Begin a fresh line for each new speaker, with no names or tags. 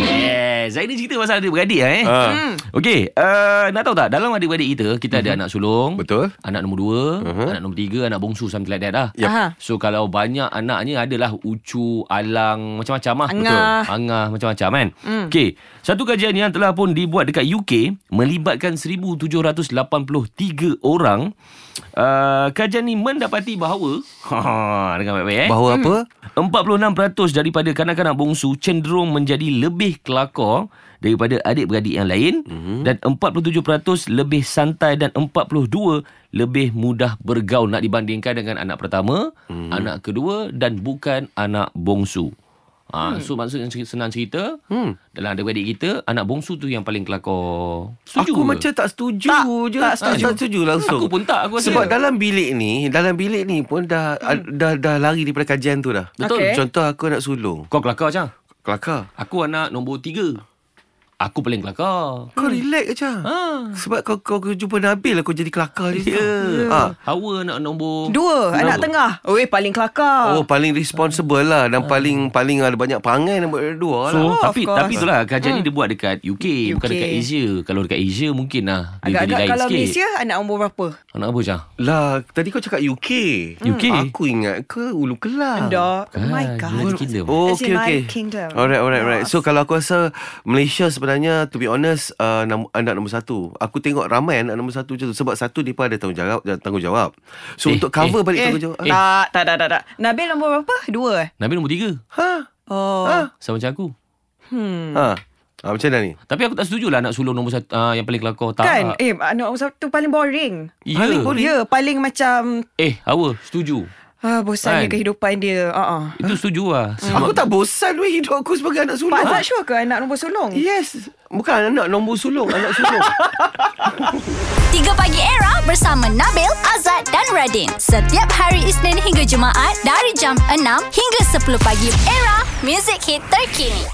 Yes. Hari ni Eh, cerita pasal adik-beradik lah, eh.
Ha.
Hmm. Okey, uh, nak tahu tak dalam adik-beradik kita, kita ada anak sulung,
Mhm. Betul.
anak nombor dua,
Mhm.
anak nombor tiga, anak bongsu something like that lah.
Yep.
Aha.
So kalau banyak anaknya adalah ucu, alang, macam-macam lah.
Angah.
Betul. Angah macam-macam kan. Mm. Okey, satu kajian yang telah pun dibuat dekat UK melibatkan 1783 orang. Uh, kajian ni mendapati bahawa ha dengan baik-baik eh.
Bahawa apa?
46% daripada kanak-kanak bongsu cenderung menjadi lebih kelakar daripada adik-beradik yang lain
Mhm.
mm-hmm. dan 47% lebih santai dan 42 lebih mudah bergaul nak dibandingkan dengan anak pertama,
Mhm.
mm-hmm. anak kedua dan bukan anak bongsu.
Hmm.
Ha, so maksudnya cer- senang cerita hmm. Dalam adik-adik kita Anak bongsu tu yang paling kelakar Setuju
aku
ke?
macam tak setuju
Tak,
je.
tak setuju.
tak setuju langsung.
Aku pun tak Aku rasa
Sebab dalam bilik ni, dalam bilik ni pun dah hmm. dah, dah lari daripada kajian tu dah.
Betul.
Okey.
Contoh aku anak sulung.
Kau kelakar macam
Kelakar.
Aku anak nombor tiga Aku paling kelakar
Kau relax je. Ha.
Hmm. Ha. Ya.
Sebab kau, kau kau jumpa Nabil aku jadi kelakar je. Yeah. Ha.
Hawa nak nombor
Dua anak tengah. Oi paling kelakar.
Ha.
Oh paling responsible lah dan paling paling ada banyak perangai nombor dua lah.
So,
Oh,
oh,
of
tapi
course. Hmm.
tapi itulah kajian ni dia buat dekat UK, UK, bukan
UK.
dekat Asia. Kalau dekat Asia mungkin lah dia jadi
Agak-agak
lain
kalau
sikit. Ah.
Malaysia anak umur berapa?
Anak apa Syah?
Lah, tadi kau cakap UK.
UK?
Aku ingat ke Ulu Kelang.
Dah. Oh
Ah,
my
United
god.
Kingdom.
Oh,
As in
okay, okay.
United Kingdom.
Alright, alright, alright. So,
Yes.
kalau aku rasa Malaysia sebenarnya, to be honest, uh, nam- anak nombor satu. Aku tengok ramai anak nombor satu je tu. Sebab satu, mereka ada tanggungjawab. tanggungjawab. So,
Eh,
untuk cover
eh,
balik
Eh,
tanggungjawab.
eh.
Tak, tak, tak, tak, tak. Nabil nombor berapa? Dua eh?
Nabi nombor tiga.
Ha?
Oh.
Ha?
Sama macam aku.
Ha? ha? Macam mana ni?
Tapi aku tak setuju lah anak sulung nombor satu uh, yang paling kelakar. Tak.
Kan? Eh, anak umur satu paling boring.
Ya.
paling boring.
Ya, paling macam
Eh, Hawa setuju.
ah, bosannya
Kan?
kehidupan dia. Uh-uh.
Itu setuju lah.
Aku tak bosan weh hidup aku sebagai anak sulung.
Pak Azad sure ke anak nombor sulung?
Yes. Bukan anak nombor sulung. Anak sulung.
3 Pagi Era bersama Nabil, Azad dan Radin. Setiap hari Isnin hingga Jumaat dari jam 6 hingga 10 pagi. Era, music hit terkini.